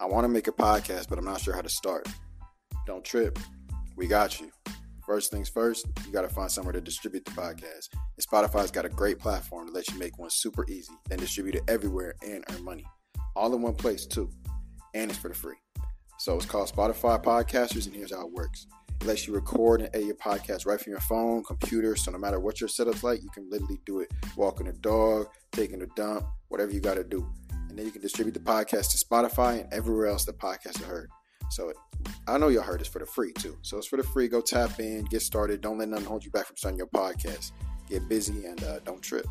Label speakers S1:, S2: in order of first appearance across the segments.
S1: want to make a podcast, but I'm not sure how to start. Don't trip. We got you. First things first, you got to find somewhere to distribute the podcast. And Spotify's got a great platform to let you make one super easy, then distribute it everywhere and earn money. All in one place, too. And it's for the free. So it's called Spotify Podcasters, and here's how it works. It lets you record and edit your podcast right from your phone, computer. So no matter what your setup's like, you can literally do it walking a dog, taking a dump, whatever you got to do. And then you can distribute the podcast to Spotify and everywhere else the podcast is heard. So I know y'all heard it's for the free too. So it's for the free. Go tap in, get started. Don't let nothing hold you back from starting your podcast. Get busy and uh, don't trip.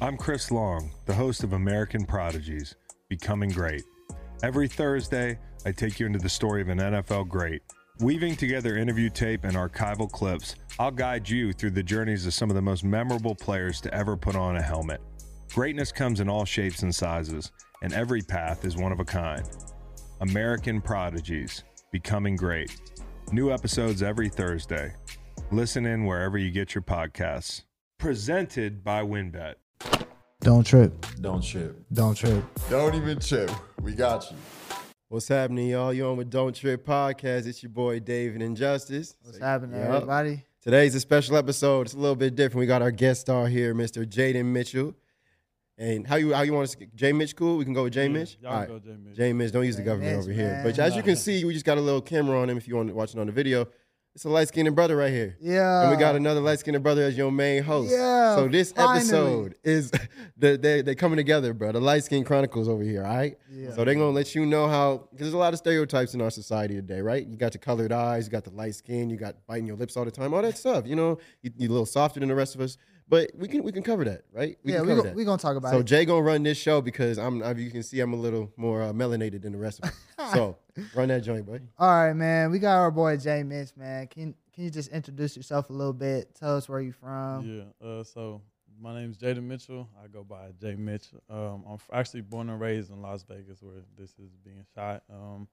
S2: I'm Chris Long, the host of American Prodigies Becoming Great. Every Thursday, I take you into the story of an NFL great. Weaving together interview tape and archival clips, I'll guide you through the journeys of some of the most memorable players to ever put on a helmet. Greatness comes in all shapes and sizes, and every path is one of a kind. American Prodigies Becoming Great. New episodes every Thursday. Listen in wherever you get your podcasts. Presented by WinBet.
S3: Don't trip.
S4: Don't trip.
S3: Don't trip.
S4: Don't even trip. We got you.
S5: What's happening, y'all? You on with Don't Trip Podcast. It's your boy David and Justice.
S3: What's happening,
S5: Yup.
S3: everybody?
S5: Today's a special episode. It's a little bit different. We got our guest star here, Mr. Jaden Mitchell. And how you how you want to J Mitch cool? We can go with J Mitch?
S6: y'all
S5: All
S6: can go J Mitch.
S5: J Mitch, don't use the
S3: J.
S5: government
S3: Mitch,
S5: over here.
S3: man.
S5: But as you can see, we just got a little camera on him if you want to watch it on the video. It's a light skinned brother right here.
S3: Yeah.
S5: And we got another light skinned brother as your main host.
S3: Yeah,
S5: So this
S3: finally.
S5: episode is they they they coming together, bro. The light skinned chronicles over here, all right?
S3: Yeah.
S5: So they're gonna let you know how because there's a lot of stereotypes in our society today, right? You got your colored eyes, you got the light skin, you got biting your lips all the time, all that stuff. You know, you, you're a little softer than the rest of us, but we can we can cover that, right?
S3: yeah,
S5: can
S3: we
S5: cover
S3: go,
S5: that.
S3: we gonna talk about
S5: so
S3: it.
S5: Jay gonna run this show because I'm, as you can see, I'm a little more uh, melanated than the rest of us. so run that joint, boy.
S3: All right, man. We got our boy Jay Mitch, man. Can can you just introduce yourself a little bit? Tell us where you from.
S6: Yeah. Uh, so my name's Jaden Mitchell. I go by Jay Mitch. Um, I'm f- actually born and raised in Las Vegas, where this is being shot. Um,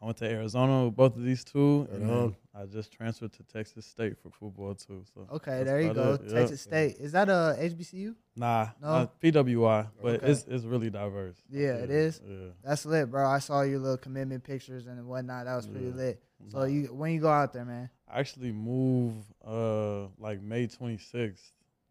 S6: I went to Arizona with both of these two,
S5: Right
S6: and then
S5: on.
S6: I just transferred to Texas State for football too. So
S3: Okay,
S6: that's
S3: there you go.
S6: about it. Yeah.
S3: Texas State. Is that uh, a HBCU?
S6: Nah,
S3: No?
S6: uh, PWI, but
S3: Okay.
S6: it's it's really diverse.
S3: Yeah, it is.
S6: Yeah.
S3: That's lit, bro. I saw your little commitment pictures and whatnot. That was pretty
S6: Yeah.
S3: lit. So
S6: Nah.
S3: you when you go out there, man.
S6: I actually move uh like May 26th,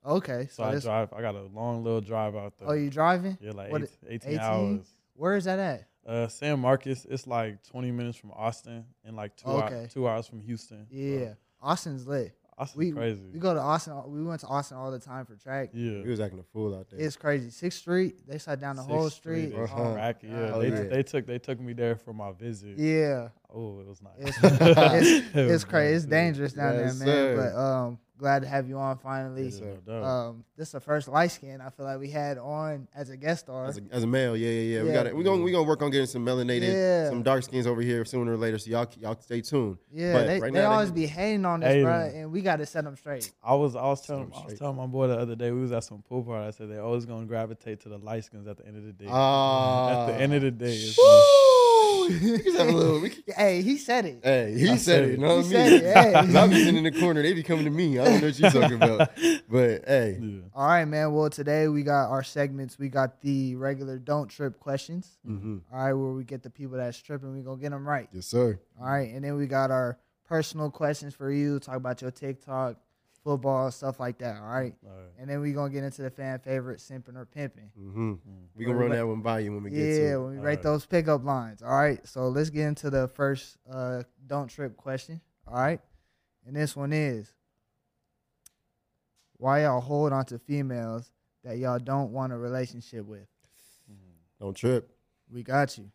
S3: Okay. So,
S6: so I
S3: this,
S6: drive. I got a long little drive out there.
S3: oh, you driving?
S6: yeah, like
S3: what-
S6: eight, 18
S3: 18?
S6: hours.
S3: Where is that at?
S6: Uh, San Marcos, it's like 20 minutes from Austin and like two, hou-
S3: Okay.
S6: two hours from Houston. So,
S3: Yeah, Austin's lit.
S6: Austin's
S3: We
S6: crazy.
S3: we go to Austin. We went to Austin all the time for track.
S6: yeah.
S5: He was acting a fool out there.
S3: It's crazy. Sixth Street, they shut down the
S6: Sixth
S3: whole street.
S6: is
S5: Uh-huh.
S3: Oh,
S6: crack.
S3: God.
S6: Yeah,
S5: Oh,
S6: they,
S5: yeah.
S6: they took they took me there for my visit.
S3: yeah,
S6: Oh, it was nice.
S3: it's
S6: It
S3: it's,
S6: was
S3: it's crazy. It's
S6: nice.
S3: dangerous down
S5: Yes,
S3: there, man.
S5: sir.
S3: But um, glad to have you on
S6: Yeah,
S3: finally.
S6: no doubt.
S3: Um, this is the first light skin I feel like we had on as a guest star.
S5: As a, as a male, yeah, yeah, yeah. We
S3: Yeah.
S5: got we gonna we gonna work on getting some melanated,
S3: Yeah.
S5: some dark skins over here sooner or later. So y'all y'all stay tuned.
S3: yeah,
S5: but
S3: they,
S5: right
S3: they
S5: now they-
S3: always be hating on this,
S6: Hey,
S3: bro,
S6: man.
S3: and we got to set them straight.
S6: I was I was telling
S5: Sounds
S6: I was
S5: straight.
S6: telling my boy the other day we was at some pool party. I said they always gonna gravitate to the light skins at the end of the day.
S5: Ah,
S6: at the end of the
S3: Ah.
S6: day, it's
S5: we can have a little. We can,
S3: Hey, he said it.
S5: hey, he
S6: I
S5: said
S6: said
S5: it.
S6: it.
S5: You know
S3: He
S5: what I mean?
S3: said it, hey.
S5: 'Cause I'm sitting in the corner. They be coming to me. I don't know what you're talking about. But hey,
S6: yeah.
S3: All right, man. Well, today we got our segments. We got the regular don't trip questions.
S5: Mhm.
S3: All right, where we get the people that's tripping, we gonna get them right.
S5: yes sir.
S3: All right, and then we got our personal questions for you. Talk about your TikTok, football, stuff like that. All right,
S6: All right.
S3: and then we gonna get into the fan favorite, simping or pimping.
S5: hmm We gonna run that one by you when we get
S3: Yeah,
S5: to. it.
S3: when we
S6: All
S3: rate
S6: right.
S3: those pickup lines. All right, so let's get into the first uh, don't trip question. All right, and this one is why y'all hold on to females that y'all don't want a relationship with.
S5: Don't trip.
S3: We got you.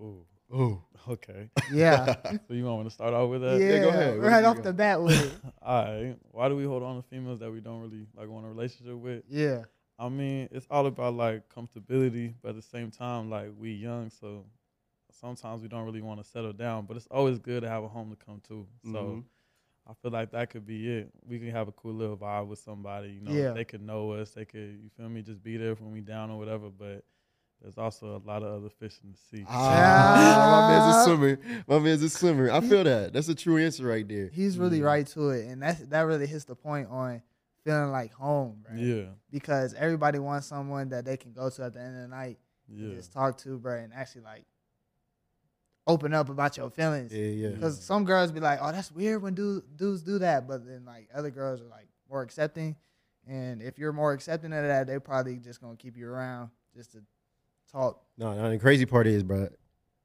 S6: Ooh,
S5: Oh,
S6: okay.
S3: Yeah,
S6: so you want me to start off with
S3: yeah.
S6: that?
S5: go ahead. What
S3: Right
S5: you
S3: off
S5: got?
S3: the bat with it.
S6: All right. Why do we hold on to females that we don't really like want a relationship with?
S3: Yeah,
S6: I mean, it's all about like comfortability, but at the same time, like we young, so sometimes we don't really want to settle down. But it's always good to have a home to come to. So
S5: Mhm.
S6: I feel like that could be it. We can have a cool little vibe with somebody. You know,
S3: Yeah.
S6: they could know us. They could, you feel me, just be there when we down or whatever. But there's also a lot of other fish in the sea.
S5: ah, my man's a swimmer. My man's a swimmer. I feel that. That's a true answer right there. Mm-hmm.
S3: he's really right to it, and that's that really hits the point on feeling like home, bro.
S6: Yeah,
S3: Because everybody wants someone that they can go to at the end of the night, and
S6: yeah.
S3: just talk to, bro, and actually like open up about your feelings.
S5: Yeah, yeah.
S3: Because some girls be like, "Oh, that's weird when dudes dudes do that," but then like other girls are like more accepting, and if you're more accepting of that, they probably just gonna keep you around just to talk.
S5: No, no. The crazy part is, bro,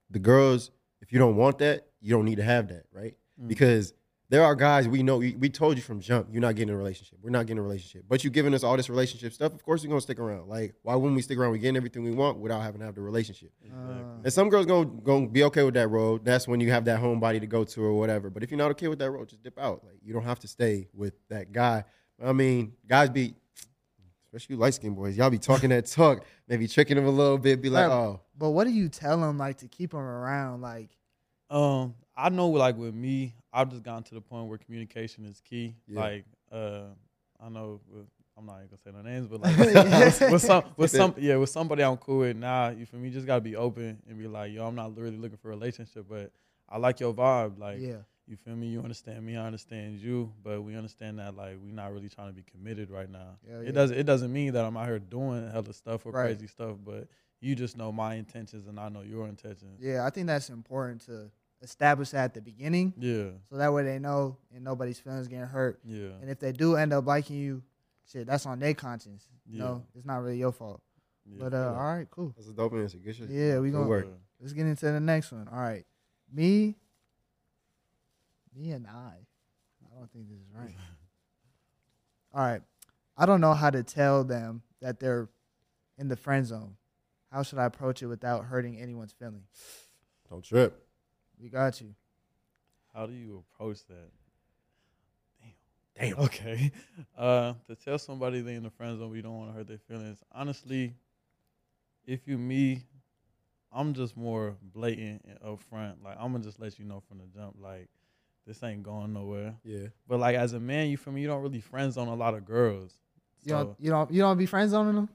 S5: the girls. If you don't want that, you don't need to have that, right? Because there are guys we know. We, we told you from jump, you're not getting a relationship. We're not getting a relationship. But you giving us all this relationship stuff. Of course, we're gonna stick around. Like, why wouldn't we stick around? We getting everything we want without having to have the relationship.
S3: Uh,
S5: And some girls gonna gonna be okay with that road. That's when you have that homebody to go to or whatever. But if you're not okay with that road, just dip out. Like, you don't have to stay with that guy. I mean, guys be. Especially light skinned boys, y'all be talking that talk, maybe tricking them a little bit, be like,
S3: Right.
S5: oh,
S3: but what do you tell them like to keep them around? Like,
S6: Um, I know, like with me, I've just gotten to the point where communication is key.
S5: Yeah.
S6: Like, uh, I know with, I'm not even gonna say no names, but like with, with some, with some, yeah, with somebody I'm cool with now. you for me, just gotta be open and be like, yo, I'm not really looking for a relationship, but I like your vibe. Like,
S3: yeah,
S6: you feel me? You understand me? I understand you, but we understand that like we're not really trying to be committed right now.
S3: Hell yeah.
S6: It doesn't. It doesn't mean that I'm out here doing hella stuff or
S3: Right.
S6: crazy stuff, but you just know my intentions and I know your intentions.
S3: yeah. I think that's important to establish that at the beginning,
S6: Yeah,
S3: so that way they know and nobody's feelings getting hurt.
S6: yeah.
S3: And if they do end up liking you, shit, that's on their conscience.
S6: Yeah.
S3: You know, it's not really your fault.
S6: yeah.
S3: But uh, all right, cool.
S5: That's a dope answer. Good shit.
S3: Yeah, we
S5: Good
S3: gonna
S5: work.
S3: let's get into the next one. All right, me, me and I. I don't think this is right. all right, I don't know how to tell them that they're in the friend zone. How should I approach it without hurting anyone's feeling?
S5: Don't trip.
S3: We got you.
S6: How do you approach that? Damn. Damn. Okay. Uh, to tell somebody they in the friend zone, we don't want to hurt their feelings. Honestly, if you me, I'm just more blatant and upfront. Like I'm gonna just let you know from the jump. Like this ain't going nowhere.
S5: Yeah.
S6: But like as a man, you feel me? You don't really friend zone a lot of girls.
S3: You don't, you don't, you don't be friend zoning them.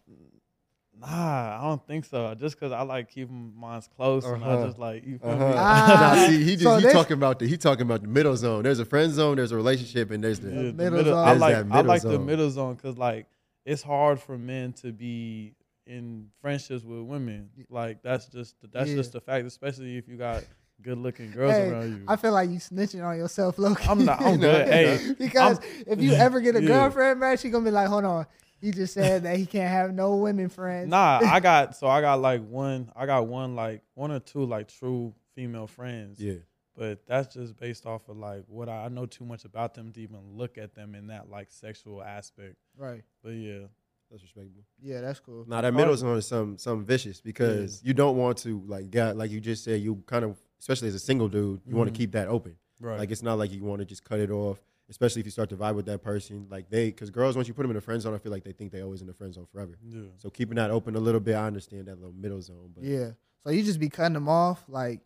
S6: Nah, I don't think so. Just because I like keeping mine close, and I
S5: Uh-huh.
S6: just like you feel
S5: Uh-huh.
S6: me.
S3: Ah,
S5: nah, see, he just
S3: so
S5: he
S3: this-
S5: talking about the he talking about the middle zone. There's a friend zone. There's a relationship, and there's the
S6: Yeah, the
S3: middle
S6: middle-
S3: zone.
S6: I
S5: There's
S6: like
S5: that
S6: I
S5: middle
S6: like the
S5: zone.
S6: middle zone because like it's hard for men to be in friendships with women. Like that's just that's
S3: Yeah.
S6: just the fact, especially if you got good looking girls
S3: Hey,
S6: around you.
S3: I feel like you snitching on yourself, Loki.
S6: Mm. I'm not. I'm
S5: No,
S6: good.
S5: no.
S6: Hey,
S3: because
S6: I'm-
S3: if you ever get a
S6: Yeah.
S3: girlfriend, man, she gonna be like, hold on. He just said that he can't have no women friends.
S6: nah, I got so I got like one. I got one like one or two like true female friends.
S5: yeah.
S6: But that's just based off of like what I, I know too much about them to even look at them in that like sexual aspect.
S3: Right.
S6: But yeah,
S5: That's respectable.
S3: Yeah, that's cool.
S5: Now that middle zone is some some vicious because you don't want to like got like you just said you kind of especially as a single dude you want to keep that open.
S6: right.
S5: Like it's not like you want to just cut it off, especially if you start to vibe with that person. Like they because girls once you put them in a friend zone, I feel like they think they always in the friend zone forever.
S6: yeah.
S5: So keeping that open a little bit, I understand that little middle zone. But
S3: Yeah. So you just be cutting them off. Like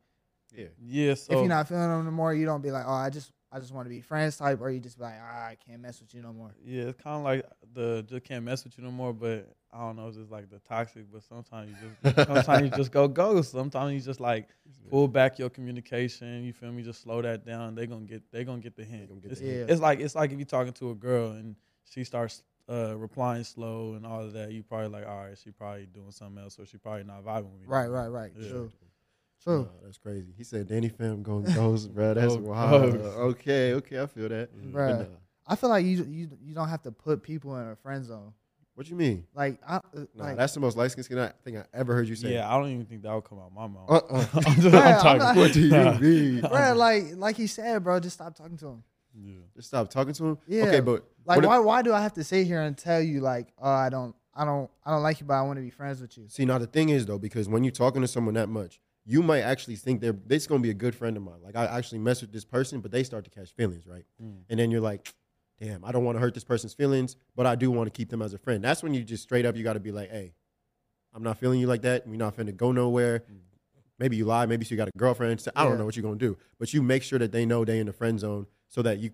S5: yeah.
S6: Yeah. So
S3: if you're not feeling them no more, you don't be like, oh, I just I just want to be friends type, or you just be like, ah, I can't mess with you no more.
S6: Yeah, it's kind of like the just can't mess with you no more. But I don't know, it's just like the toxic. But sometimes you just sometimes you just go go. Sometimes you just like pull back your communication. You feel me? Just slow that down. They gonna get they gonna get the hint.
S5: gonna get
S6: it's,
S3: the hint.
S6: it's like it's like if you're talking to a girl and she starts uh, replying slow and all of that. You probably like all right, she probably doing something else or she probably not vibing with me.
S3: Right, right, right.
S6: Yeah.
S3: True.
S5: Nah,
S3: True.
S5: that's crazy. He said Danny Fam going ghost, bro. That's
S6: Go
S5: wild.
S6: ghost.
S5: Okay, okay, I feel that. But
S3: Bruh.
S5: nah,
S3: I feel like you you you don't have to put people in a friend zone.
S5: what you mean?
S3: Like I uh,
S5: Nah,
S3: like
S5: that's the most light skinned skin I think I ever heard you say.
S6: Yeah, I don't even think that would come out my mouth.
S5: Uh-uh.
S6: I'm, just, I'm
S3: Yeah, I'm
S6: talking.
S3: not-
S5: what do you
S6: Nah.
S5: mean?
S3: bruh, like like he said, bro, just stop talking to him.
S6: Yeah.
S5: Just stop talking to him.
S3: Yeah.
S5: Okay, but
S3: Like
S5: what if-
S3: why why do I have to sit here and tell you like, oh, I don't I don't I don't like you, but I want to be friends with you.
S5: see now the thing is though, because when you're talking to someone that much, you might actually think they're this gonna be a good friend of mine. Like I actually mess with this person, but they start to catch feelings, right?
S3: Mm.
S5: And then you're like, damn, I don't want to hurt this person's feelings, but I do want to keep them as a friend. That's when you just straight up you gotta be like, hey, I'm not feeling you like that. We're not finna go nowhere. Maybe you lie. Maybe she got a girlfriend. So I
S3: Mm. Yeah.
S5: don't know what you're gonna do, but you make sure that they know they in the friend zone, so that you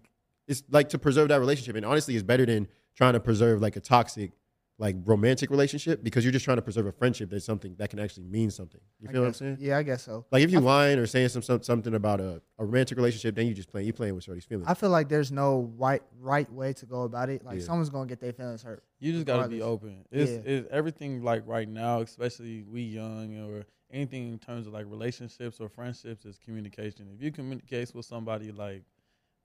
S5: it's like to preserve that relationship. And honestly, it's better than trying to preserve like a toxic like romantic relationship because you're just trying to preserve a friendship that's something that can actually mean something. You
S3: I
S5: feel what I'm
S3: guess-
S5: saying?
S3: Yeah, I guess so.
S5: Like if you lying or saying some, some something about a, a romantic relationship, then you just playing you playing with shorty's feelings.
S3: I feel like there's no right right way to go about it. Like
S5: Yeah.
S3: someone's gonna get their feelings hurt.
S6: You just gotta be
S3: regardless.
S6: open. It's,
S3: Yeah.
S6: it's everything like right now, especially we young or anything in terms of like relationships or friendships is communication. If you communicate with somebody, like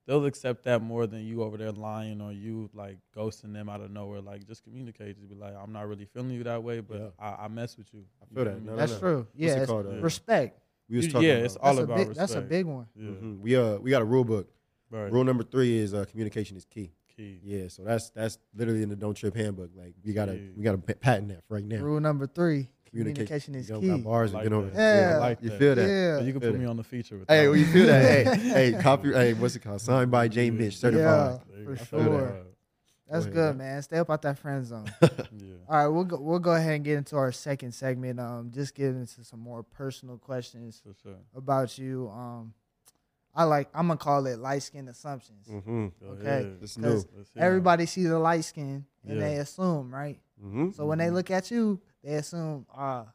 S6: they'll accept that more than you over there lying or you like ghosting them out of nowhere. Like just communicate. Just be like, I'm not really feeling you that way, but
S5: Yeah.
S6: I, I mess with you.
S5: I
S6: You
S5: feel that.
S6: me?
S5: No, no,
S3: That's
S5: no.
S3: true.
S5: it
S3: Yeah, it's
S5: called, uh,
S3: respect.
S5: we was
S6: You-
S5: talking
S6: yeah,
S5: about
S6: it's
S5: it.
S6: all
S3: that's
S6: about
S3: a big,
S6: respect.
S3: That's a big one.
S6: Yeah,
S5: Mhm. we uh we got a rule book.
S6: right.
S5: Rule number three is uh, communication is key.
S6: Key.
S5: Yeah, so that's that's literally in the don't trip handbook. Like we gotta
S6: Yeah.
S5: we gotta pa- patent that for right now.
S3: Rule number three:
S5: Communica-
S3: communication is
S5: you don't
S3: key.
S5: Got bars
S6: I
S5: and
S6: like
S5: get over.
S6: that.
S5: it.
S3: Yeah. I
S6: like
S5: you
S6: that.
S5: feel that?
S6: So
S3: Yeah,
S6: you
S5: Feel
S6: can put
S5: that.
S6: me on the feature. With
S5: Hey,
S6: that
S5: well,
S6: one.
S5: you feel that? hey, hey, copy. Hey, what's it called? Signed by J. Mitch,
S3: yeah,
S5: certified.
S3: for
S6: I feel
S3: sure.
S6: that.
S3: That's
S5: Go ahead,
S3: good,
S5: bro.
S3: man. Stay up out that friend zone.
S6: Yeah.
S3: All right, we'll go, we'll go ahead and get into our second segment. Um, just get into some more personal questions
S6: For sure.
S3: about you. Um, I like I'm gonna call it light skin assumptions.
S5: Mm-hmm.
S6: Go
S3: Okay.
S6: ahead.
S5: It's
S3: Cause
S5: new.
S6: Let's hear it.
S3: Everybody sees a light skin and
S6: Yeah.
S3: they assume, right?
S5: Mm-hmm.
S3: So when they look at you, they assume, ah,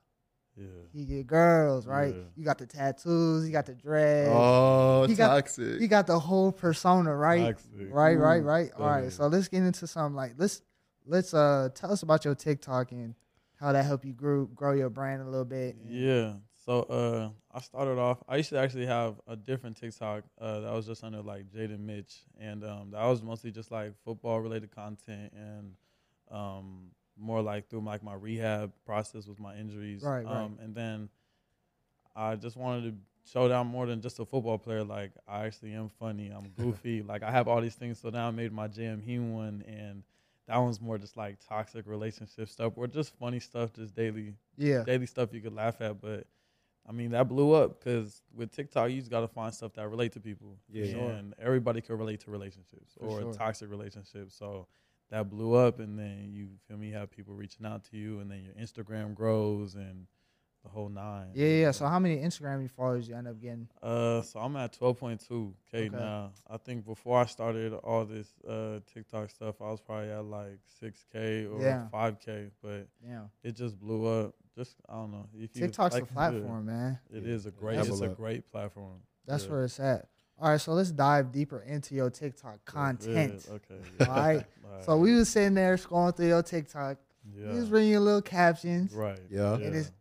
S6: Yeah.
S3: he get girls, right?
S6: Yeah.
S3: You got the tattoos, you got the dread,
S4: Oh,
S3: He got-
S4: toxic.
S3: you got the whole persona, right?
S6: Toxic.
S3: Right, right,
S6: Ooh.
S3: right.
S6: Oh,
S3: All right.
S6: yeah.
S3: So let's get into something like let's let's uh tell us about your TikTok and how that helped you grow grow your brand a little bit. and-
S6: Yeah. So uh, I started off. I used to actually have a different TikTok uh, that was just under like Jaden Mitch, and um, that was mostly just like football related content and um, more like through like my rehab process with my injuries.
S3: Right, right.
S6: Um, and then I just wanted to show that I'm more than just a football player. Like I actually am funny. I'm goofy. like I have all these things. So now I made my JMH one, and that one's more just like toxic relationship stuff or just funny stuff, just daily
S3: Yeah.
S6: daily stuff you could laugh at, but I mean that blew up because with TikTok you just gotta find stuff that relate to people.
S5: Yeah. Sure.
S6: And everybody can relate to relationships
S3: For
S6: or
S3: sure.
S6: toxic relationships. So that blew up and then you feel me have people reaching out to you and then your Instagram grows and the whole nine.
S3: Yeah, yeah. So how many Instagram followers you end up getting?
S6: Uh, so I'm at 12.2k
S3: Okay.
S6: now. I think before I started all this uh TikTok stuff, I was probably at like 6k or
S3: Yeah.
S6: 5k, but
S3: Damn.
S6: it just blew up. Just I don't know. If you
S3: TikTok's
S6: like-
S3: a
S6: yeah.
S3: platform, man.
S6: It
S5: Yeah.
S6: is a great.
S5: Double
S6: It's a
S5: up.
S6: great platform.
S3: That's
S6: Yeah.
S3: where it's at. All right, so let's dive deeper into your TikTok
S6: Yeah,
S3: content.
S6: okay.
S3: All right. So we was sitting there scrolling through your TikTok.
S6: Yeah.
S3: You was reading your little captions.
S6: right.
S5: Yeah.
S3: It is-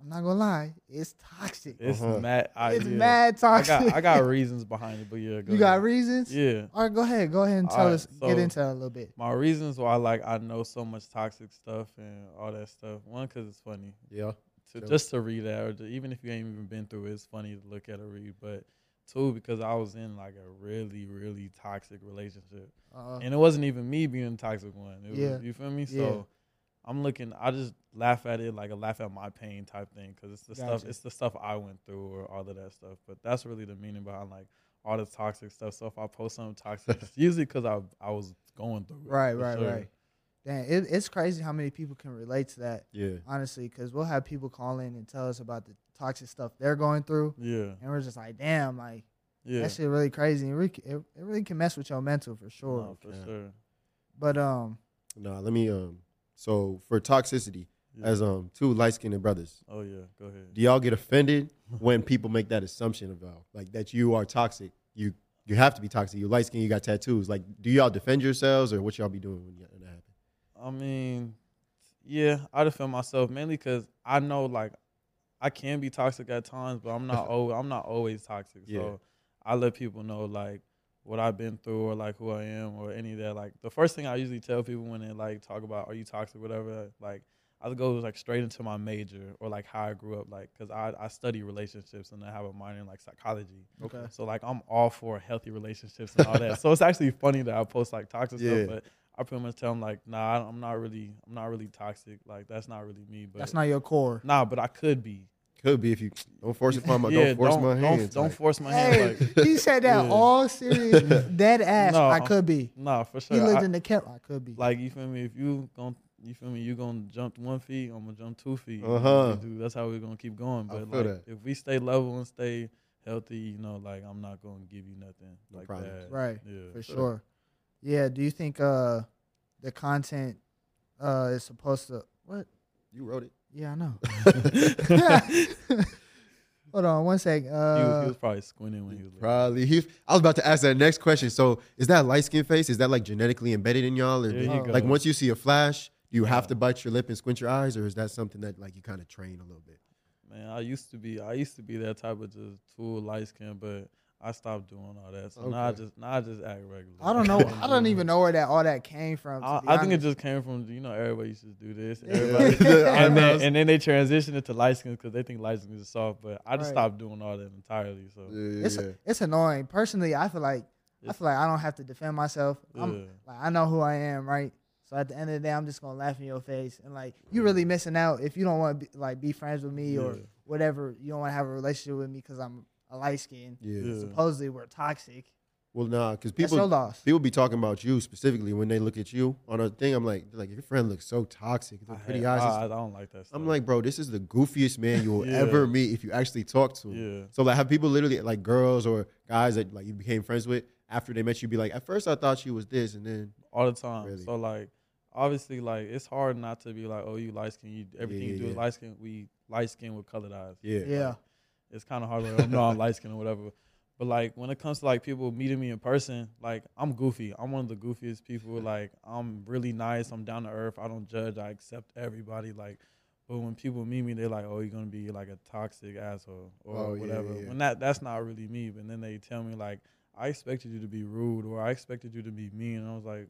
S3: I'm not gonna lie, it's toxic.
S6: It's
S5: Uh-huh.
S6: mad. I,
S3: it's
S6: yeah.
S3: mad
S6: I
S3: toxic.
S6: got. I got reasons behind it, but yeah. go
S3: you got
S6: ahead.
S3: reasons?
S6: Yeah.
S3: All right, go ahead. Go ahead and
S6: All
S3: tell
S6: right,
S3: us. get
S6: so-
S3: into that a little bit.
S6: My reasons why, like, I know so much toxic stuff and all that stuff. One, because it's funny.
S5: Yeah.
S6: to
S5: Sure.
S6: just to read that, or to, even if you ain't even been through it, it's funny to look at or read. But two, because I was in like a really, really toxic relationship,
S3: Uh,
S6: and it wasn't even me being the toxic one. It
S3: Yeah.
S6: was, you feel me? So
S3: Yeah.
S6: I'm looking. I just laugh at it like a laugh at my pain type thing because it's the stuff.
S3: Gotcha.
S6: It's the stuff I went through or all of that stuff. But that's really the meaning behind like all the toxic stuff. So if I post something toxic, it's usually because I I was going through it.
S3: right,
S6: for
S3: right,
S6: sure.
S3: right. Damn, it, it's crazy how many people can relate to that,
S5: Yeah.
S3: honestly, because we'll have people call in and tell us about the toxic stuff they're going through.
S6: Yeah,
S3: And we're just like, damn, like,
S6: yeah,
S3: that shit really crazy. It, re- it, it really can mess with your mental for
S6: No,
S3: sure.
S6: for
S5: Okay.
S6: sure.
S3: But, um,
S5: Nah, let me um. So for toxicity,
S6: Yeah.
S5: as um two light skinned brothers,
S6: oh yeah, go ahead.
S5: do y'all get offended when people make that assumption about like that you are toxic? You you have to be toxic. You light skinned. You got tattoos. Like, do y'all defend yourselves or what y'all be doing when, y- when that happens?
S6: I mean, yeah, I defend myself mainly because I know like I can be toxic at times, but I'm not. al- I'm not always toxic.
S5: Yeah.
S6: So I let people know like what I've been through or like who I am or any of that. Like the first thing I usually tell people when they like talk about are you toxic, whatever. Like I go like straight into my major or like how I grew up, like because I I study relationships and I have a minor in like psychology.
S3: Okay.
S6: So like I'm all for healthy relationships and all that. so it's actually funny that I post like toxic
S5: Yeah.
S6: stuff, but I pretty much tell them like, nah, I don't- I'm not really, I'm not really toxic. Like that's not really me. But
S3: that's not your core.
S6: Nah, but I could be.
S5: Could be if you don't force it upon my
S6: yeah,
S5: don't force
S6: don't,
S5: my
S6: don't,
S5: hand.
S6: don't
S5: type.
S6: force my
S3: Hey,
S6: hand. Like,
S3: he said that
S6: Yeah.
S3: all serious, dead ass.
S6: No,
S3: I could be.
S6: nah, for sure.
S3: He looked
S6: I-
S3: in the camera. I could be.
S6: like you feel me? If you gon' you feel me? You gonna jump one feet? I'm gonna jump two feet. You know
S5: Uh-huh.
S6: what we do. That's how we're gonna keep going.
S5: I
S6: But
S5: feel
S6: like,
S5: that.
S6: if we stay level and stay healthy, you know, like I'm not gonna give you nothing
S5: No
S6: like
S5: problems.
S6: that.
S3: Right.
S6: Yeah.
S3: for sure. Yeah. Do you think uh the content uh is supposed to what?
S5: You wrote it.
S3: Yeah, I know.
S6: he,
S3: Hold on one sec.
S6: was, he
S3: Uh,
S6: was probably squinting when he was. Looking.
S5: Probably. He, I was about to ask that next question. So, is that light skin face? Is that like genetically embedded in y'all, or
S6: There
S5: did-
S6: you
S5: like
S6: go.
S5: once you see a flash, do you have to bite your lip and squint your eyes, or is that something that like you kind of train a little bit?
S6: Man, I used to be I used to be that type of just tool light skin, but I stopped doing all that. So now I
S5: Okay.
S6: just now I just act regular.
S3: I don't know. I don't even know where that all that came from. to
S6: I,
S3: be
S6: I think it
S3: honest.
S6: just came from you know everybody used to do this.
S3: Yeah.
S6: Everybody,
S5: The
S6: and,
S5: eyebrows.
S6: then, and then they transitioned it to light skins because they think light skins are soft. But I just
S3: Right.
S6: stopped doing all that entirely. So
S5: Yeah, yeah,
S3: it's it's annoying. Personally, I feel like I
S6: It's-
S3: feel like I don't have to defend myself. I'm,
S6: Yeah.
S3: like I know who I am, right? So at the end of the day, I'm just gonna laugh in your face and like you really missing out if you don't want to be, like be friends with me or
S6: Yeah.
S3: whatever. You don't want to have a relationship with me because I'm a light skin.
S5: yeah.
S6: Yeah.
S3: Supposedly we're toxic.
S5: Well, nah, because
S3: People, That's your
S5: people
S3: loss.
S5: people be talking about you specifically when they look at you on a thing. I'm like, they're like your friend looks so toxic.
S6: I,
S5: The
S6: had-
S5: pretty eyes.
S6: I, I don't like that. Stuff.
S5: I'm like, bro, this is the goofiest man you will
S6: Yeah.
S5: ever meet if you actually talk to him.
S6: yeah,
S5: So like, have people literally like girls or guys that like you became friends with after they met you be like, at first I thought she was this, and then
S6: all the time.
S5: Really?
S6: So like, obviously, like it's hard not to be like, oh, you light skin. You everything
S5: yeah,
S6: you do is
S5: yeah.
S6: light skin. We light skin with colored eyes.
S5: yeah,
S3: yeah,
S6: It's kind of hard. Like, oh, no, I'm light skin or whatever. But like when it comes to like people meeting me in person, like I'm goofy. I'm one of the goofiest people. Like I'm really nice. I'm down to earth. I don't judge. I accept everybody. Like, but when people meet me, they're like, "Oh, you're gonna be like a toxic asshole or
S5: Oh, yeah,
S6: whatever."
S5: yeah, yeah.
S6: When that that's not really me. But then they tell me like, "I expected you to be rude" or "I expected you to be mean," and I was like,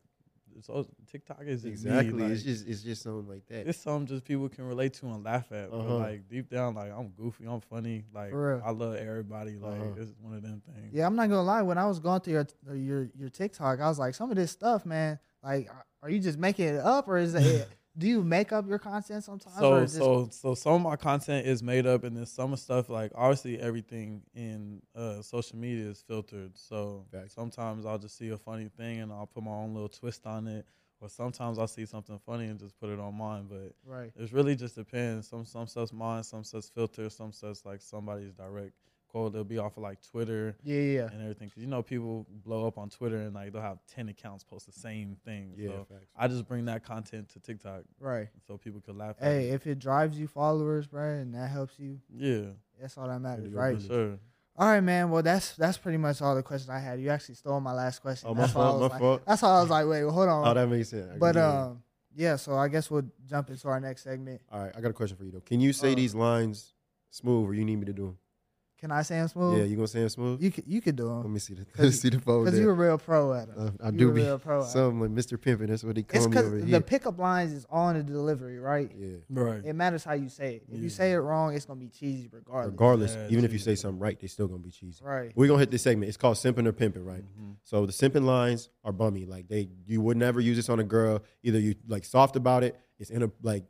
S6: "So TikTok is just me,
S5: exactly.
S6: like,
S5: it's just it's just something like that.
S6: it's something just people can relate to and laugh at.
S5: Uh-huh.
S6: But like deep down, like I'm goofy, I'm funny, like
S3: For real.
S6: I love everybody. Like
S5: Uh-huh.
S6: it's one of them things.
S3: yeah. I'm not gonna lie. When I was going through your your your TikTok, I was like, some of this stuff, man. Like, are you just making it up or is it? do you make up your content sometimes?
S6: So
S3: or is this-
S6: so so some of my content is made up, and then some of stuff like obviously everything in uh, social media is filtered. So
S5: Facts.
S6: sometimes I'll just see a funny thing and I'll put my own little twist on it, or sometimes I'll see something funny and just put it on mine. But
S3: right.
S6: It's really just depends. Some some stuff's mine, some stuff's filtered, some stuff's like somebody's direct quote. They'll be off of like Twitter
S3: Yeah, yeah.
S6: and everything. Cause you know people blow up on Twitter and like they'll have ten accounts post the same thing.
S5: yeah,
S6: so
S5: facts.
S6: I just bring that content to TikTok
S3: Right.
S6: so people could laugh. at
S3: Hey,
S6: it.
S3: if it drives you followers, bro, and that helps you,
S6: yeah,
S3: that's all that matters,
S5: you go,
S3: right?
S5: brother.
S6: sure.
S3: All right, man. Well, that's that's pretty much all the questions I had. You actually stole my last question.
S5: Oh, my
S3: that's why I
S5: fault,
S3: was
S5: my
S3: like,
S5: fault.
S3: That's how I was like, wait, hold on.
S5: Oh, that makes sense. I
S3: but
S5: agree.
S3: um, yeah. So I guess we'll jump into our next segment.
S5: all right, I got a question for you though. Can you say
S3: uh,
S5: these lines smooth, or you need me to do them?
S3: Can I say them smooth?
S5: Yeah, you gonna say them smooth?
S3: You could you could do
S5: Let
S3: them
S5: me see the let me
S3: Cause-
S5: see the phone.
S3: because
S5: there.
S3: you're a real pro at 'em.
S5: Uh, I
S3: you
S5: do
S3: a
S5: be
S3: real pro at 'em.
S5: something like Mr. Pimpin. That's what they
S3: It's
S5: call me
S3: because
S5: over
S3: the
S5: here.
S3: pickup lines is on the delivery, right?
S5: yeah.
S6: Right.
S3: It matters how you say it. If you
S6: Yeah.
S3: say it wrong, it's gonna be cheesy regardless.
S5: Regardless,
S6: Yeah,
S5: even if you say
S6: cheesy.
S5: something right, they still gonna be cheesy.
S3: Right.
S5: We're gonna hit this segment. It's called simping or pimping, right? So the simping lines are bummy. Like they you would never use this on a girl. Either you like soft about it, it's in a like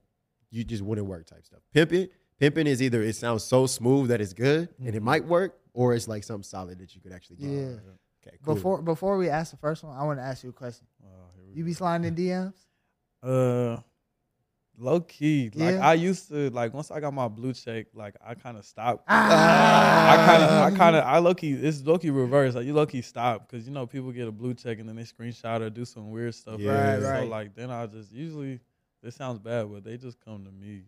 S5: you just wouldn't work type stuff. Pimping, pimping is either it sounds so smooth that it's good and
S3: Mm-hmm.
S5: it might work, or it's like something solid that you could actually get.
S3: Yeah.
S5: Okay, cool.
S3: Before before we ask the first one, I want to ask you a question.
S6: Oh,
S3: You be sliding in DMs?
S6: Uh, low key. Like
S3: Yeah.
S6: I used to like once I got my blue check, like I kind of stopped. I
S3: Ah.
S6: kind of, I kind of, I low key, it's low key reverse. Like you low key stop because you know people get a blue check and then they screenshot or do some weird stuff.
S5: Yeah.
S3: Right, right.
S6: So like then I just usually, this sounds bad, but they just come to me.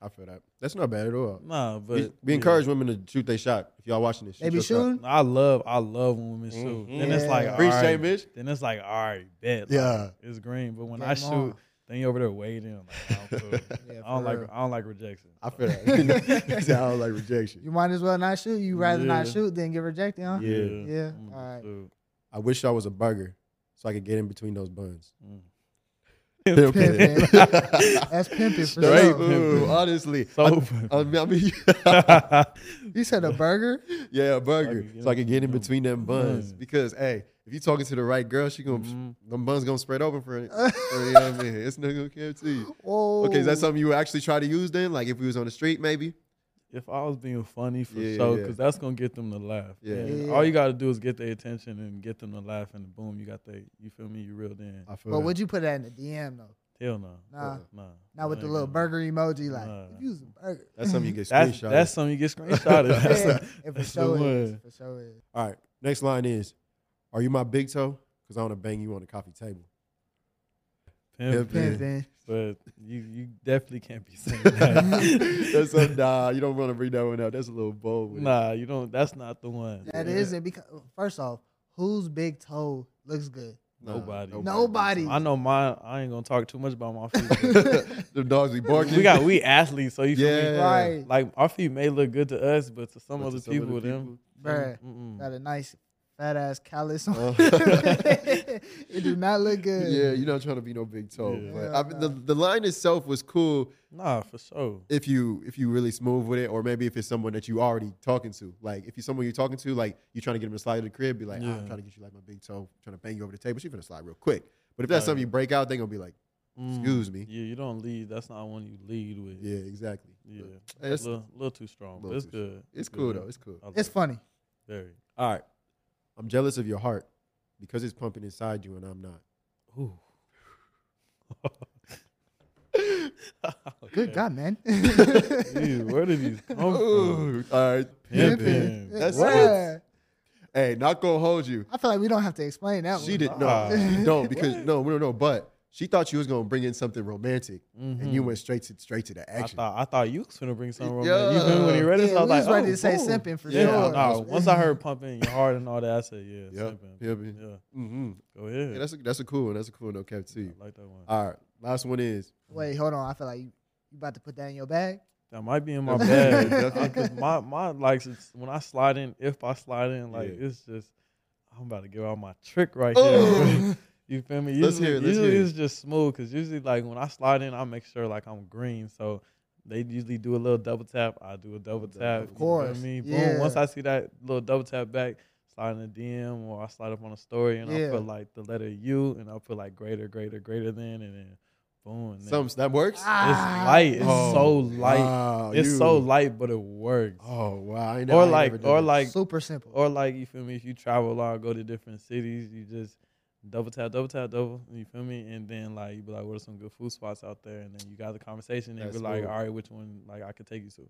S5: I feel that. That's not bad at all.
S6: Nah, but
S5: we we
S6: yeah.
S5: encourage women to shoot their shot. If y'all watching this, shoot
S3: They be
S5: your shot.
S3: shooting?
S6: I love, I love when women shoot.
S3: Mm-hmm.
S6: Then it's like,
S3: Yeah.
S6: all
S5: Appreciate
S6: right,
S5: it, bitch.
S6: Then it's like, all right, bet. Like,
S5: Yeah.
S6: it's green. But when I
S3: Game
S6: shoot,
S3: on.
S6: then you over there waiting. Like, I don't, feel it.
S3: Yeah,
S6: I
S3: for
S6: don't like,
S3: real.
S6: I don't like rejection.
S5: I feel that. He said, I don't like rejection.
S3: You might as well not shoot. You rather not
S6: Yeah.
S3: shoot than get rejected, huh?
S5: Yeah.
S3: Yeah,
S6: I'm gonna
S3: all right.
S6: shoot.
S5: I wish I was a burger so I could get in between those buns.
S6: Mm.
S5: Pimpin'.
S3: That's pimping for
S5: Straight
S3: sure.
S5: food, honestly.
S6: So
S5: I,
S6: pimpin'.
S5: I mean, I mean,
S3: You said a burger?
S5: yeah, a burger.
S6: Burger, get
S5: so I
S6: in
S5: could get in
S6: between them
S5: between them buns.
S6: buns.
S5: Because hey, if you talking to the right girl, she gonna
S6: Mhm.
S5: them buns gonna spread open for it. for, you know what I mean? It's not gonna come to you.
S3: Whoa.
S5: Okay, is that something you would actually try to use then? Like if we was on the street, maybe?
S6: if I was being funny for
S5: Yeah,
S6: sure,
S5: yeah.
S6: because that's gonna get them to laugh.
S5: Yeah.
S6: And
S3: Yeah.
S6: All you gotta do is get their attention and get them to laugh, and boom, you got they. You feel me? You reeled in.
S5: I feel
S3: But
S5: that.
S3: would you put that in the DM though?
S6: Hell no.
S3: Nah.
S6: Nah.
S3: Not with
S6: That
S3: the
S6: ain't
S3: little
S6: gonna-
S3: burger emoji, like
S6: Nah.
S3: if you was a burger.
S5: that's something you get
S6: That's
S5: screenshot.
S6: that's something you get screenshotted. That's
S3: Yeah,
S6: a-
S3: if for
S6: that's the
S3: sure is,
S6: one.
S3: for sure is.
S5: All right. Next line is Are you my big toe? Because I wanna bang you on the coffee table.
S6: Pimp.
S5: Yeah.
S3: Pimping.
S6: but you you definitely can't be saying that.
S5: That's a nah. You don't want to bring that one out. That's a little bold. with it.
S6: nah, you don't. That's not the one.
S3: That not because first off, whose big toe looks good?
S5: Nah,
S6: Nobody.
S3: Nobody.
S6: I know mine. I ain't gonna talk too much about my feet.
S5: the dogs be barking.
S6: we got we athletes, so you feel me?
S5: Yeah.
S3: Right,
S6: Like our feet may look good to us, but to some
S5: But
S6: other
S5: to some
S6: people,
S5: other
S6: them,
S3: bruh.
S6: mm-mm.
S3: Got a nice fat ass callus on.
S5: Oh.
S3: it do not look good.
S5: Yeah, you're not trying to be no big toe.
S6: Yeah.
S5: But I mean, the the line itself was cool
S6: nah, for sure.
S5: if you if you really smooth with it, or maybe if it's someone that you already talking to. Like if you someone you're talking to, like you trying to get them to slide to the crib, be like, "Ah, I'm
S6: Yeah.
S5: trying to get you like my big toe, trying to bang you over the table. She's gonna slide real quick. But if that's something you break out, they gonna be like,
S6: Mm.
S5: "Excuse me."
S6: Yeah, you don't lead. That's not one you lead with.
S5: Yeah, exactly.
S6: Yeah,
S5: But- Hey,
S6: a
S5: that's-
S6: little, little too strong, but
S5: Little
S6: it's
S5: too
S6: good.
S5: it's
S6: good,
S5: cool
S6: though.
S5: though. It's cool.
S6: I love
S3: It's
S6: it.
S3: funny.
S6: Very.
S5: All right, I'm jealous of your heart because it's pumping inside you and I'm not.
S6: Ooh.
S3: Good God, man.
S6: Dude, where did these come from?
S5: Ooh, all right,
S6: Pimpin'.
S5: That's
S3: Bruh.
S5: Hey, not gonna hold you.
S3: I feel like we don't have to explain that
S5: She
S3: one.
S5: did no, you don't because no, we don't know. But she thought she was gonna bring in something romantic, and you went straight to straight to the
S6: I
S5: action.
S6: thought I thought you was gonna bring something romantic. You remember when he read this?
S3: Yeah,
S6: I was
S3: we
S6: like,
S3: was ready
S6: oh,
S3: to say
S6: cool.
S3: simping for
S6: yeah,
S3: sure.
S6: nah, once I heard pumping your heart and all that, I said, yeah,
S5: Yeah,
S6: simping.
S5: yeah, man.
S6: Yeah,
S5: Mm-hmm.
S6: go ahead.
S5: Yeah, that's a, that's a cool one. That's a cool one. Okay, to you.
S6: I like that one.
S5: All right, last one is
S3: Wait, hold on. I feel like you, you about to put that in your bag.
S6: That might be in my
S5: That's
S6: bag.
S5: good.
S6: I- 'cause my my likes it's, when I slide in, if I slide in, like
S5: Yeah.
S6: it's just I'm about to give out my trick right here. bro.
S5: oh,
S6: You feel me?
S5: Let's hear
S6: Usually,
S5: it, let's
S6: usually
S5: hear it.
S6: it's just smooth because usually like when I slide in, I make sure like I'm green. So they usually do a little double tap. I do a double tap. Of
S3: course,
S6: me.
S3: yeah.
S6: Boom. Once I see that little double tap back, slide in a DM or I slide up on a story and
S3: Yeah.
S6: I put like the letter U and I put like greater, greater, greater than, and then boom. And then
S5: some that works.
S6: it's light. Ah, It's
S5: Oh,
S6: so light.
S5: wow,
S6: It's
S5: you-
S6: so light, but it works.
S5: Oh wow! I ain't- I
S6: or
S5: ain't never
S6: like,
S5: done
S6: or
S5: that.
S6: like,
S3: Super simple.
S6: or like, you feel me? If you travel a lot, go to different cities, you just double tap, double tap, double. You feel me? And then like, you be like, what are some good food spots out there? And then you got the conversation, and
S5: That's
S6: be like,
S5: cool.
S6: all right, which one like I could take you to?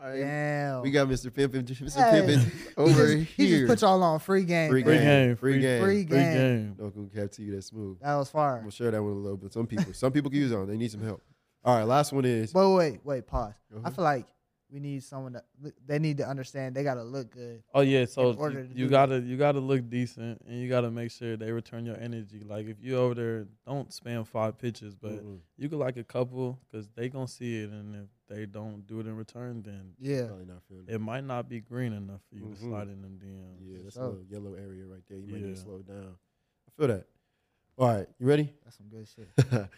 S5: All right,
S3: Damn.
S5: we got Mr. Pimpin, Mr.
S3: Hey.
S5: Pimpin
S3: he
S5: over
S3: just, He
S5: here.
S3: just put y'all on free game.
S5: free,
S6: Free
S5: game,
S6: game,
S5: free
S6: free-
S5: game.
S3: free
S6: Free
S3: game.
S6: game.
S5: No, cool cap to you. That's smooth.
S3: That was
S5: I'm
S3: fire.
S5: gonna share that one a little bit. Some people, some people can use on. They need some help. All right, last one is Uh-huh.
S3: But wait, wait, pause.
S5: Go
S3: I
S5: ahead.
S3: feel like we need someone that they need to understand. They gotta look good.
S6: Oh yeah, so
S3: In order
S6: you,
S3: to
S6: you
S3: do that.
S6: gotta you gotta look decent, and you gotta make sure they return your energy. Like if you over there, don't spam five pitches, but
S5: Mm-mm.
S6: you could like a couple because they gonna see it, and if they don't do it in return, then
S3: Yeah.
S5: probably not feeling it.
S6: it might not be green enough for you
S5: Mhm.
S6: to slide in them DMs.
S5: Yeah, that's
S3: So-
S5: a little yellow area right there. You might need to
S6: Yeah.
S5: slow down. I feel that. All right, you ready?
S3: That's some good shit.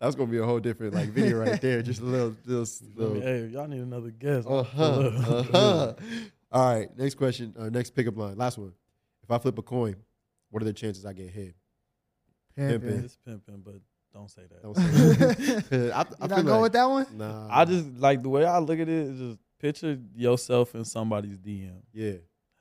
S5: That's gonna be a whole different like video right there. Just a little, little,
S6: I mean,
S5: little.
S6: hey, y'all need another guest.
S5: Uh huh. Uh huh. All right, next question. Uh, next pickup line. Last one. If I flip a coin, what are the chances I get hit? Pimpin'.
S3: Pimpin'.
S6: It's pimping, but don't say that.
S5: Don't say that. I, I
S3: You
S5: feel
S3: not go
S5: like-
S3: with that one?
S5: Nah.
S6: I just like the way I look at it is just picture yourself in somebody's DM.
S5: yeah.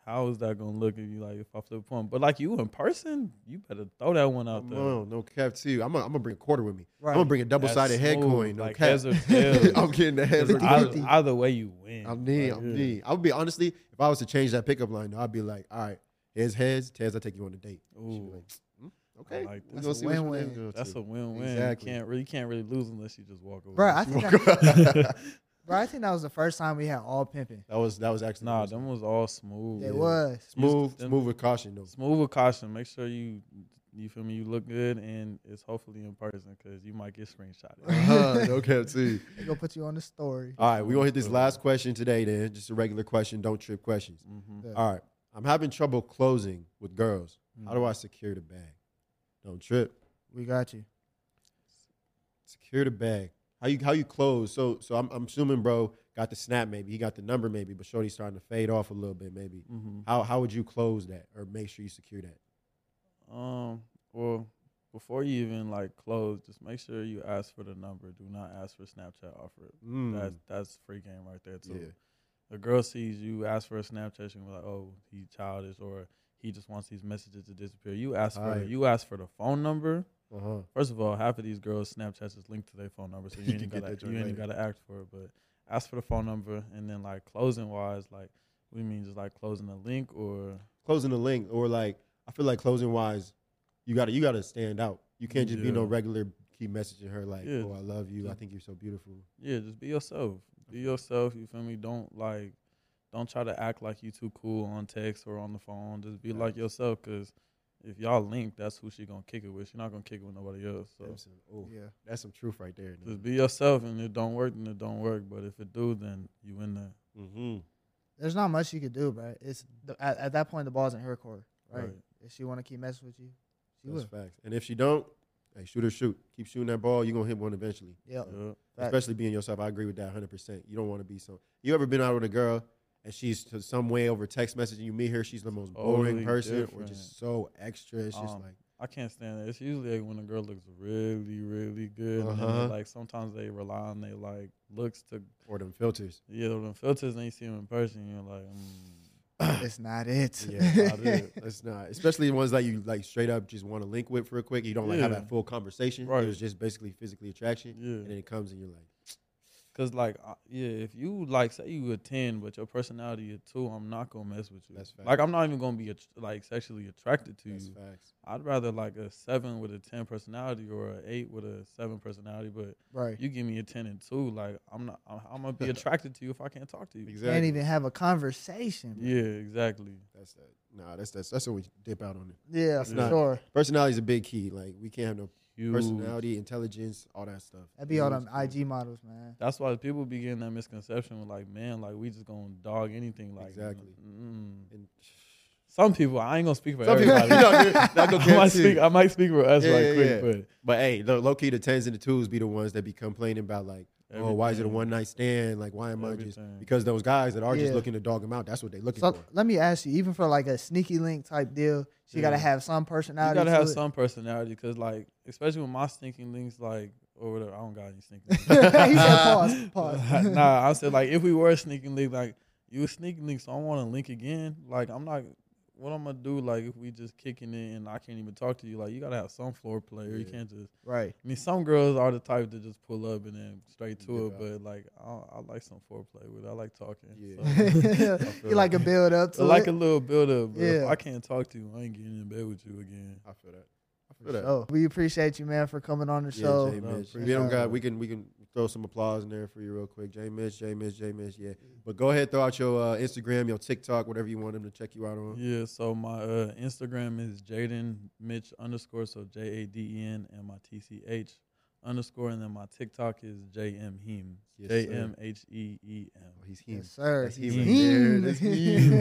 S6: How is that gonna look at you like if I flip one? But like you in person, you better throw that one out
S5: Come
S6: there.
S5: on, no cap too. I'm gonna, I'm gonna bring a quarter with me.
S3: Right.
S5: I'm gonna bring a double sided
S6: That's
S5: head
S6: smooth,
S5: coin. No
S6: like
S5: cap.
S6: heads or tails.
S5: I'm getting the heads. or
S3: 50-50.
S5: tails.
S6: Either, either way, you win.
S5: I'm neat.
S6: Like,
S5: I'm
S6: yeah.
S5: neat. I would be honestly, if I was to change that pickup line, though, I'd be like, all right, here's heads, tails. I take you on a date. She'd be
S6: Ooh.
S5: like, "Hmm, okay,
S6: I like
S5: we're
S6: that.
S3: That's
S5: gonna
S3: a
S5: see which one
S3: win-win.
S5: they go
S6: That's
S5: to."
S6: a win-win.
S5: Exactly.
S6: You can't really, you can't really lose unless you just walk away.
S3: Bro, I
S5: Oh,
S3: think that,
S5: that
S3: bro, I think that was the first time we had all pimping.
S5: was that was actually
S6: nah,
S5: awesome.
S6: them was all smooth.
S3: It was.
S5: smooth,
S6: used to-
S5: smooth with caution though.
S6: Smooth with caution. Make sure you, you feel me. You look good, and it's hopefully in person because you might get screenshotted.
S5: Uh-huh, no cap too.
S3: They gonna put you on the story.
S5: All right, we're gonna hit this last question today. Then just a regular question, don't trip questions.
S6: hmm
S3: Yeah.
S5: All right, I'm having trouble closing with girls. How do I secure the bag? Don't trip.
S3: We got you.
S5: Secure the bag. How you how you close? So so I'm, I'm assuming bro got the snap maybe he got the number maybe, but Shorty's starting to fade off a little bit maybe.
S6: Mm-hmm.
S5: How how would you close that or make sure you secure that?
S6: Um. Well, before you even like close, just make sure you ask for the number. Do not ask for Snapchat offer.
S5: Hmm.
S6: That's that's free game right there too. A girl sees you ask for a Snapchat, she can be like, "Oh, he childish," or he just wants these messages to disappear. You ask for
S5: Aight.
S6: you ask for the phone number.
S5: Uh huh.
S6: First of all, half of these girls' Snapchats is linked to their phone number, so
S5: You
S6: you,
S5: can
S6: ain't
S5: get
S6: gotta
S5: that joint
S6: you ain't
S5: later.
S6: gotta act for it. But ask for the phone number, and then like closing wise, like we mean just like closing the link or
S5: Closing the link or like I feel like closing wise, you gotta you gotta stand out. You can't just be no
S6: Yeah.
S5: regular keep messaging her like,
S6: Yeah.
S5: "Oh, I love you. I think you're so beautiful."
S6: Yeah, just be yourself. Be yourself. You feel me? Don't like, don't try to act like you too cool on text or on the phone. Just be like yourself, cause if y'all link, that's who she gonna kick it with. She not gonna kick it with nobody else. So
S5: That's some, oh,
S3: Yeah.
S5: that's some truth right there.
S6: just be yourself, and it don't work, then it don't work. But if it do, then you in there.
S5: Mm-hmm.
S3: There's not much you could do, bro. It's the, at, at that point the ball's in her court, right?
S6: Right.
S3: If she want to keep messing with you, she
S5: That's
S3: will.
S5: facts. And if she don't, hey, shoot her, shoot. Keep shooting that ball. You're gonna hit one eventually.
S3: Yeah.
S6: Yup.
S3: Facts.
S5: Especially being yourself. I agree with that 100. percent You don't want to be some. You ever been out with a girl and she's to some way over text message? and You meet her, she's the most
S6: Totally
S5: boring person, or
S6: different.
S5: just so extra. It's just
S6: Um,
S5: like
S6: I can't stand it. It's usually like when a girl looks really, really good. And then
S5: Uh-huh.
S6: they, like sometimes they rely on they like looks to
S5: or them filters.
S6: yeah, them filters. And you see them in person, you're like, mm,
S3: It's not it.
S5: Yeah, not it. That's not. Especially the ones that you like straight up just want to link with real quick. You don't like have
S6: Yeah.
S5: that full conversation.
S6: Right.
S5: It was just basically physically attraction.
S6: Yeah.
S5: And then it comes and you're like,
S6: Cause like I- yeah, if you like say you a ten, but your personality a two, I'm not gonna mess with you.
S5: That's
S6: Like I'm not even gonna be att- like sexually attracted to
S5: that's
S6: you.
S5: facts.
S6: I'd rather like a seven with a ten personality or a eight with a seven personality. But
S3: Right.
S6: you give me a ten and two, like I'm not, I'm, I'm gonna be attracted to you if I can't talk to you.
S5: Exactly.
S3: Can't even have a conversation. bro.
S6: Yeah, exactly.
S5: That's that. Nah, that's that's that's what we dip out on it.
S3: Yeah, for
S5: not-
S3: sure.
S5: Personality is a big key. Like we can't have no
S6: Huge.
S5: personality, intelligence, all that stuff.
S3: That'd be all
S5: Huge.
S3: them IG models, man.
S6: That's why people be getting that misconception with like, man, like we just gonna dog anything. Like
S5: Exactly.
S6: Mm.
S5: And
S6: Some people, I ain't gonna speak for
S5: Some people-
S6: everybody.
S5: No, dude, not gonna
S6: I might
S5: guarantee.
S6: speak. I might speak for us
S5: Yeah,
S6: right
S5: yeah,
S6: quick,
S5: yeah.
S6: but.
S5: but hey, the low key the tens and the twos be the ones that be complaining about like, oh, why is it a
S6: Everything.
S5: one night stand? Like why am I
S6: Everything.
S5: just because those guys that are
S3: Yeah.
S5: just looking to dog them out, that's what they looking
S3: So
S5: for.
S3: let me ask you, even for like a sneaky link type deal, she gotta
S6: Yeah.
S3: have some personality.
S6: You gotta have
S3: to it.
S6: some personality, because like, especially with my stinking links, like or whatever. I don't got any sneaking.
S3: he said pause, pause.
S6: nah, I said like if we were a sneaking link, like you a sneaking link, so I want to link again. Like I'm not. What I'm gonna do, like if we just kicking it and I can't even talk to you, like you gotta have some floor play, or you
S5: Yeah.
S6: can't just.
S3: Right.
S6: I mean, some girls are the type to just pull up and then straight to
S5: Dip
S6: it, but like I, I like some foreplay with. it. I like talking.
S5: Yeah.
S3: you
S6: feel
S3: like a build up
S6: So,
S3: to
S6: I like
S3: it.
S6: a little build up, but if
S3: Yeah.
S6: I can't talk to you, I ain't getting in bed with you again.
S5: I feel that. I
S3: For
S5: feel that.
S3: sure. Oh, we appreciate you, man, for coming on the show.
S5: Jay
S6: No,
S5: Mitch.
S6: appreciate
S5: We don't
S3: it.
S5: got. We can we can throw some applause in there for you real quick. J Mitch, J Mitch, J Mitch. Yeah,
S6: Mm-hmm.
S5: but go ahead, throw out your uh, Instagram, your TikTok, whatever you want them to check you out on.
S6: Yeah, so my uh, Instagram is Jaden Mitch underscore, so J A D E N, and my T C H underscore, and then my TikTok is J M Heem,
S5: Yes, sir.
S6: J M H E E
S5: Oh, he's him.
S3: Yes, sir.
S5: That's
S3: He's
S5: him right there.
S3: mean.
S5: That's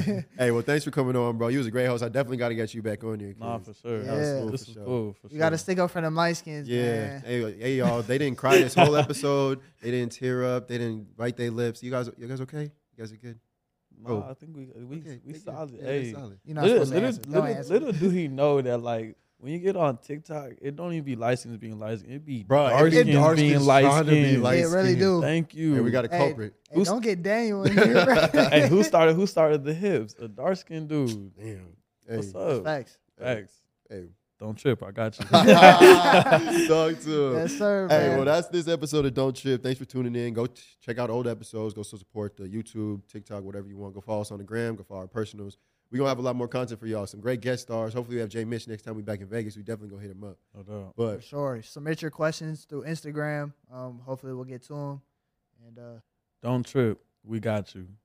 S5: him. hey, well, thanks for coming on, bro. You was a great host. I definitely got to get you back on here.
S6: M. Nah,
S5: 'cause
S6: for sure.
S3: Yeah. Yeah.
S6: This
S5: For
S6: was
S5: sure.
S6: cool. For
S3: You gotta
S6: sure.
S3: stick up for them light skins,
S5: Yeah.
S3: man.
S5: Hey, hey, y'all. They didn't cry this whole episode. They didn't tear up. They didn't bite their lips. You guys, you guys okay? You guys are good.
S6: Nah, I think we we
S5: Okay, they
S6: we
S5: good.
S6: solid.
S5: Yeah, they
S6: hey,
S5: solid.
S3: You're not
S6: little
S3: supposed
S6: little,
S3: to answer. Don't
S6: little,
S3: answer.
S6: little do he know that like. When you get on TikTok, it don't even be light skins being light skins. It be
S5: Bro, it
S6: dark
S5: be dark
S6: skins being
S5: skins
S6: light
S5: trying to be
S6: skins.
S5: light
S3: Yeah, it really
S5: skin.
S3: do.
S6: Thank you.
S5: Hey, we got a
S3: Hey,
S5: culprit.
S3: hey,
S6: Who's-
S3: don't get Daniel in here. bro.
S6: hey, who started? Who started the hips? A dark skinned dude.
S5: Damn. Hey,
S6: What's up?
S3: Facts.
S6: Facts.
S5: hey.
S6: Don't trip. I got you.
S5: Talk to him.
S3: Yes, sir.
S5: Hey,
S3: man.
S5: well, that's this episode of Don't Trip. Thanks for tuning in. Go t- check out old episodes. Go support the YouTube, TikTok, whatever you want. Go follow us on the gram. Go follow our personals. We're going to have a lot more content for y'all. Some great guest stars. Hopefully, we have Jay Mitch next time we back in Vegas. We definitely going to hit him up.
S6: no doubt.
S3: For
S5: But
S3: sure. Submit your questions through Instagram. Um, hopefully we'll get to them. And uh,
S6: Don't trip. We got you.